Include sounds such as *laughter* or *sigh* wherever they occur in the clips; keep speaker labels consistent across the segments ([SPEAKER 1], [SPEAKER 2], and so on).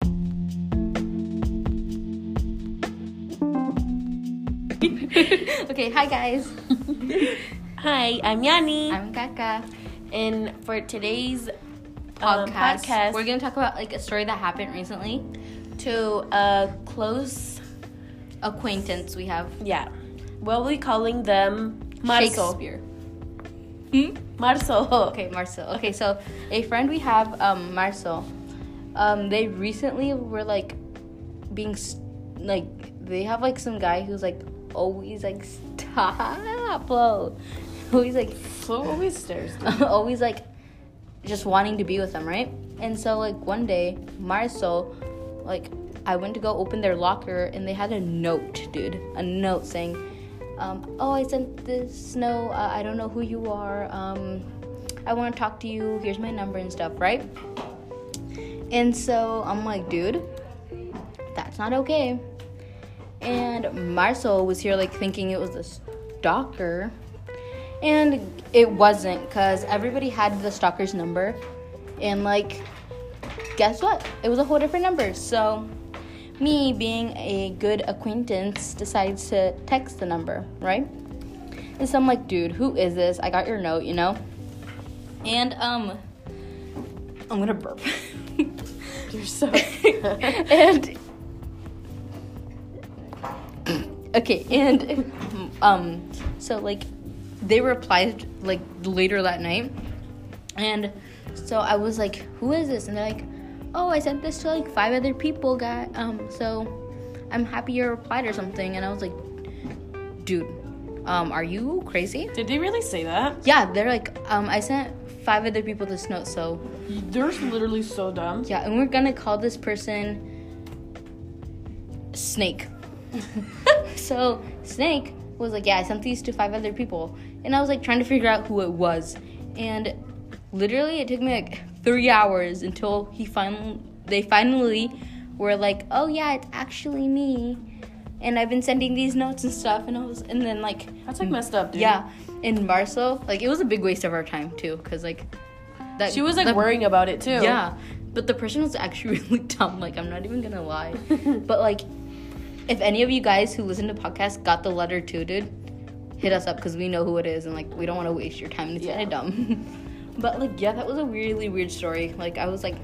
[SPEAKER 1] *laughs* okay, hi
[SPEAKER 2] *laughs*
[SPEAKER 1] guys.
[SPEAKER 2] Hi, I'm Yani,
[SPEAKER 1] I'm Kaka.
[SPEAKER 2] and for today's um,
[SPEAKER 1] Podcast.
[SPEAKER 2] podcast,
[SPEAKER 1] We're gonna talk about like a story that happened recently.
[SPEAKER 2] to a close,
[SPEAKER 1] Acquaintance we have.
[SPEAKER 2] yeah, what we calling them? Marzo.
[SPEAKER 1] Shakespeare. Hmm?
[SPEAKER 2] Marzo.
[SPEAKER 1] Okay, Marcel. Okay, so a friend we have, um, Marcel. Um, they recently were like being s like they have like some guy who's like always like *laughs* stop, bro. Always like
[SPEAKER 2] So always stairs.
[SPEAKER 1] *laughs* always like just wanting to be with them, right? And so like one day, Marcel, like I went to go open their locker and they had a note, dude, a note saying, um, "Oh, I sent this. No, uh, I don't know who you are. Um, I want to talk to you. Here's my number and stuff, right?" And so I'm like, dude, that's not okay. And Marcel was here like thinking it was a stalker. And it wasn't because everybody had the stalker's number. And like, guess what? It was a whole different number. So me, being a good acquaintance, decides to text the number, right? And so I'm like, dude, who is this? I got your note, you know? And um, I'm gonna burp. *laughs*
[SPEAKER 2] You're so.
[SPEAKER 1] and okay, and um, so like they replied like later that night, and so I was like, "Who is this?" And they're like, "Oh, I sent this to like five other people, guy. Um, so I'm happy you replied or something." And I was like, "Dude, um, are you crazy?"
[SPEAKER 2] Did they really say that?
[SPEAKER 1] Yeah, they're like, um, I sent five other people this note, so
[SPEAKER 2] They're literally so dumb.
[SPEAKER 1] yeah, and we're gonna call this person Snake. *laughs* so Snake was like, Yeah, I sent these to five other people. And I was like trying to figure out who it was. And literally it took me like three hours until he finally they finally were like, Oh yeah, it's actually me. And I've been sending these notes and stuff and I was and then like
[SPEAKER 2] That's like messed up, dude.
[SPEAKER 1] yeah. And Marcel, like it was a big waste of our time too, because like that
[SPEAKER 2] She was like
[SPEAKER 1] that-
[SPEAKER 2] worrying about it too.
[SPEAKER 1] yeah, but the person was actually *laughs* really dumb. Like, I'm not even gonna
[SPEAKER 2] *laughs*
[SPEAKER 1] lie. but like, if any of you guys who listen to podcasts got the letter too, dude, hit us up because we know who it is and like we don't want to waste your time. It's
[SPEAKER 2] Yeah.
[SPEAKER 1] kind of dumb. *laughs* but like, yeah, that was a really weird story. Like, I was like.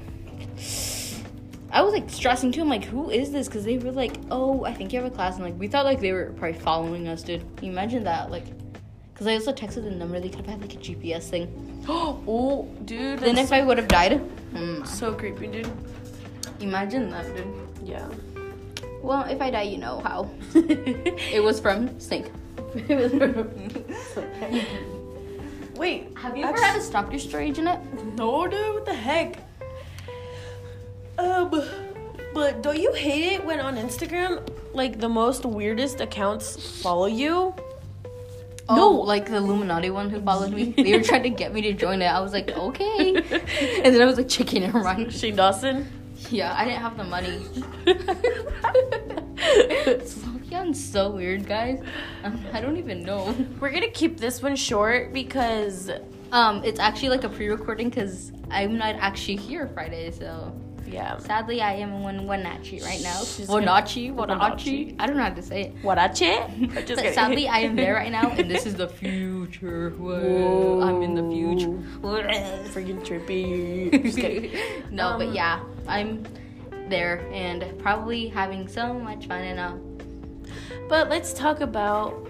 [SPEAKER 1] I was like stressing too. I'm like, who is this? Because they were like, oh, I think you have a class. And like, we thought like they were probably following us, dude. Can you Imagine that. Like, because I also texted the number. They could have had like a GPS thing.
[SPEAKER 2] *gasps* oh, dude.
[SPEAKER 1] Then
[SPEAKER 2] that's
[SPEAKER 1] if I would have died, mm,
[SPEAKER 2] so creepy, dude.
[SPEAKER 1] Imagine that, dude.
[SPEAKER 2] Yeah.
[SPEAKER 1] Well, if I die, you know how. *laughs* it was from Snake. *laughs* It was from-
[SPEAKER 2] Wait.
[SPEAKER 1] *laughs* Have you ever had a stalker story, Jeanette?
[SPEAKER 2] No, dude, what the heck? Um, but don't you hate it when on Instagram, like the most weirdest accounts follow you?
[SPEAKER 1] No, Oh, like the Illuminati one who followed me. They were trying to get me to join it. I was like, okay. *laughs* And then I was like, chicken and rice.
[SPEAKER 2] *laughs* Shane Dawson.
[SPEAKER 1] Yeah, I didn't have the *laughs* money. Sophian's so weird, guys. Um, I don't even know.
[SPEAKER 2] We're gonna keep this one short because
[SPEAKER 1] Um, it's actually like a pre-recording because I'm not actually here Friday, so.
[SPEAKER 2] yeah,
[SPEAKER 1] Sadly, I am one Wanachi right now.
[SPEAKER 2] She's
[SPEAKER 1] Wanachi,
[SPEAKER 2] gonna-
[SPEAKER 1] Wanachi. I don't know how to *laughs* say it.
[SPEAKER 2] what I check. *laughs* Just
[SPEAKER 1] But
[SPEAKER 2] kidding.
[SPEAKER 1] sadly, I am there right *laughs* now, and this is the future. Whoa, I'm in the future.
[SPEAKER 2] *laughs*
[SPEAKER 1] *laughs*
[SPEAKER 2] Freaking trippy. Just kidding.
[SPEAKER 1] no, but
[SPEAKER 2] Um,
[SPEAKER 1] yeah, I'm there and probably having so much fun. And uh,
[SPEAKER 2] But let's talk about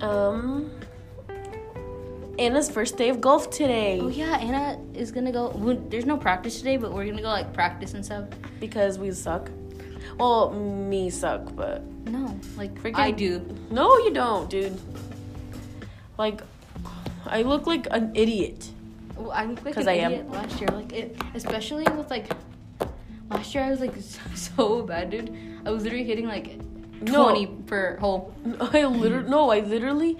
[SPEAKER 2] um Anna's first day of golf today
[SPEAKER 1] oh yeah, Anna is gonna go. well, There's no practice today, but we're gonna go like practice and stuff.
[SPEAKER 2] because we suck. Well, me suck, but
[SPEAKER 1] No, like
[SPEAKER 2] Freaking-
[SPEAKER 1] I do.
[SPEAKER 2] no, you don't, dude. Like, I look like an idiot. *laughs*
[SPEAKER 1] Well, I look like
[SPEAKER 2] 'Cause
[SPEAKER 1] an
[SPEAKER 2] I am.
[SPEAKER 1] idiot last year. Like it, especially with like last year, I was like *laughs* so, so bad, dude. I was literally hitting like
[SPEAKER 2] No.
[SPEAKER 1] twenty per hole.
[SPEAKER 2] I literally no, I literally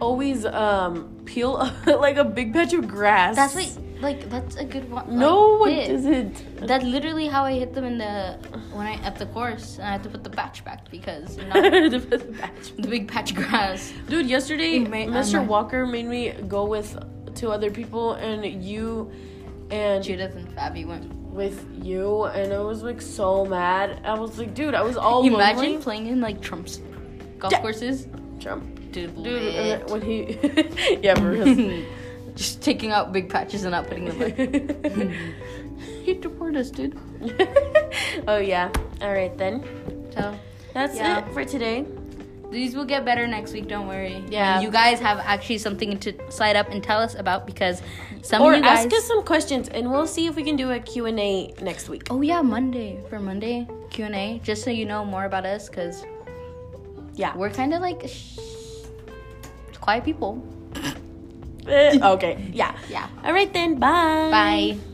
[SPEAKER 2] always um peel *laughs* like a big patch of grass.
[SPEAKER 1] That's like like that's a good one. like,
[SPEAKER 2] no, it
[SPEAKER 1] hit.
[SPEAKER 2] isn't.
[SPEAKER 1] That's literally how I hit them in the when I at the course, and I had to put the patch back because
[SPEAKER 2] *laughs*
[SPEAKER 1] you know
[SPEAKER 2] Dude,
[SPEAKER 1] the big patch grass.
[SPEAKER 2] yesterday
[SPEAKER 1] It may-
[SPEAKER 2] Mr.
[SPEAKER 1] I'm-
[SPEAKER 2] Walker made me go with two other people and you and
[SPEAKER 1] Judith and Fabi went.
[SPEAKER 2] with you and I was like so mad. I was like, dude, I was all
[SPEAKER 1] Imagine
[SPEAKER 2] lonely.
[SPEAKER 1] playing in like Trump's golf
[SPEAKER 2] Oh, Yeah.
[SPEAKER 1] courses.
[SPEAKER 2] Trump.
[SPEAKER 1] Dude, uh,
[SPEAKER 2] Dude,
[SPEAKER 1] lit.
[SPEAKER 2] when he. *laughs* yeah, for real.
[SPEAKER 1] *laughs* just taking out big patches and not putting
[SPEAKER 2] *laughs*
[SPEAKER 1] them back. *laughs* he deported us, dude.
[SPEAKER 2] oh, yeah. All right, then.
[SPEAKER 1] So
[SPEAKER 2] That's
[SPEAKER 1] Yeah.
[SPEAKER 2] it for today.
[SPEAKER 1] these will get better next week. Don't worry.
[SPEAKER 2] Yeah.
[SPEAKER 1] And you guys have actually something to slide up and tell us about because some
[SPEAKER 2] or
[SPEAKER 1] of you guys.
[SPEAKER 2] ask us some questions, and we'll see if we can do a Q&A next week.
[SPEAKER 1] Oh yeah, Monday for Monday Q and A. Just so you know more about us, because *laughs*
[SPEAKER 2] Yeah.
[SPEAKER 1] we're kind of like sh- quiet people.
[SPEAKER 2] *laughs* okay. Yeah.
[SPEAKER 1] Yeah.
[SPEAKER 2] All right, then. Bye.
[SPEAKER 1] Bye.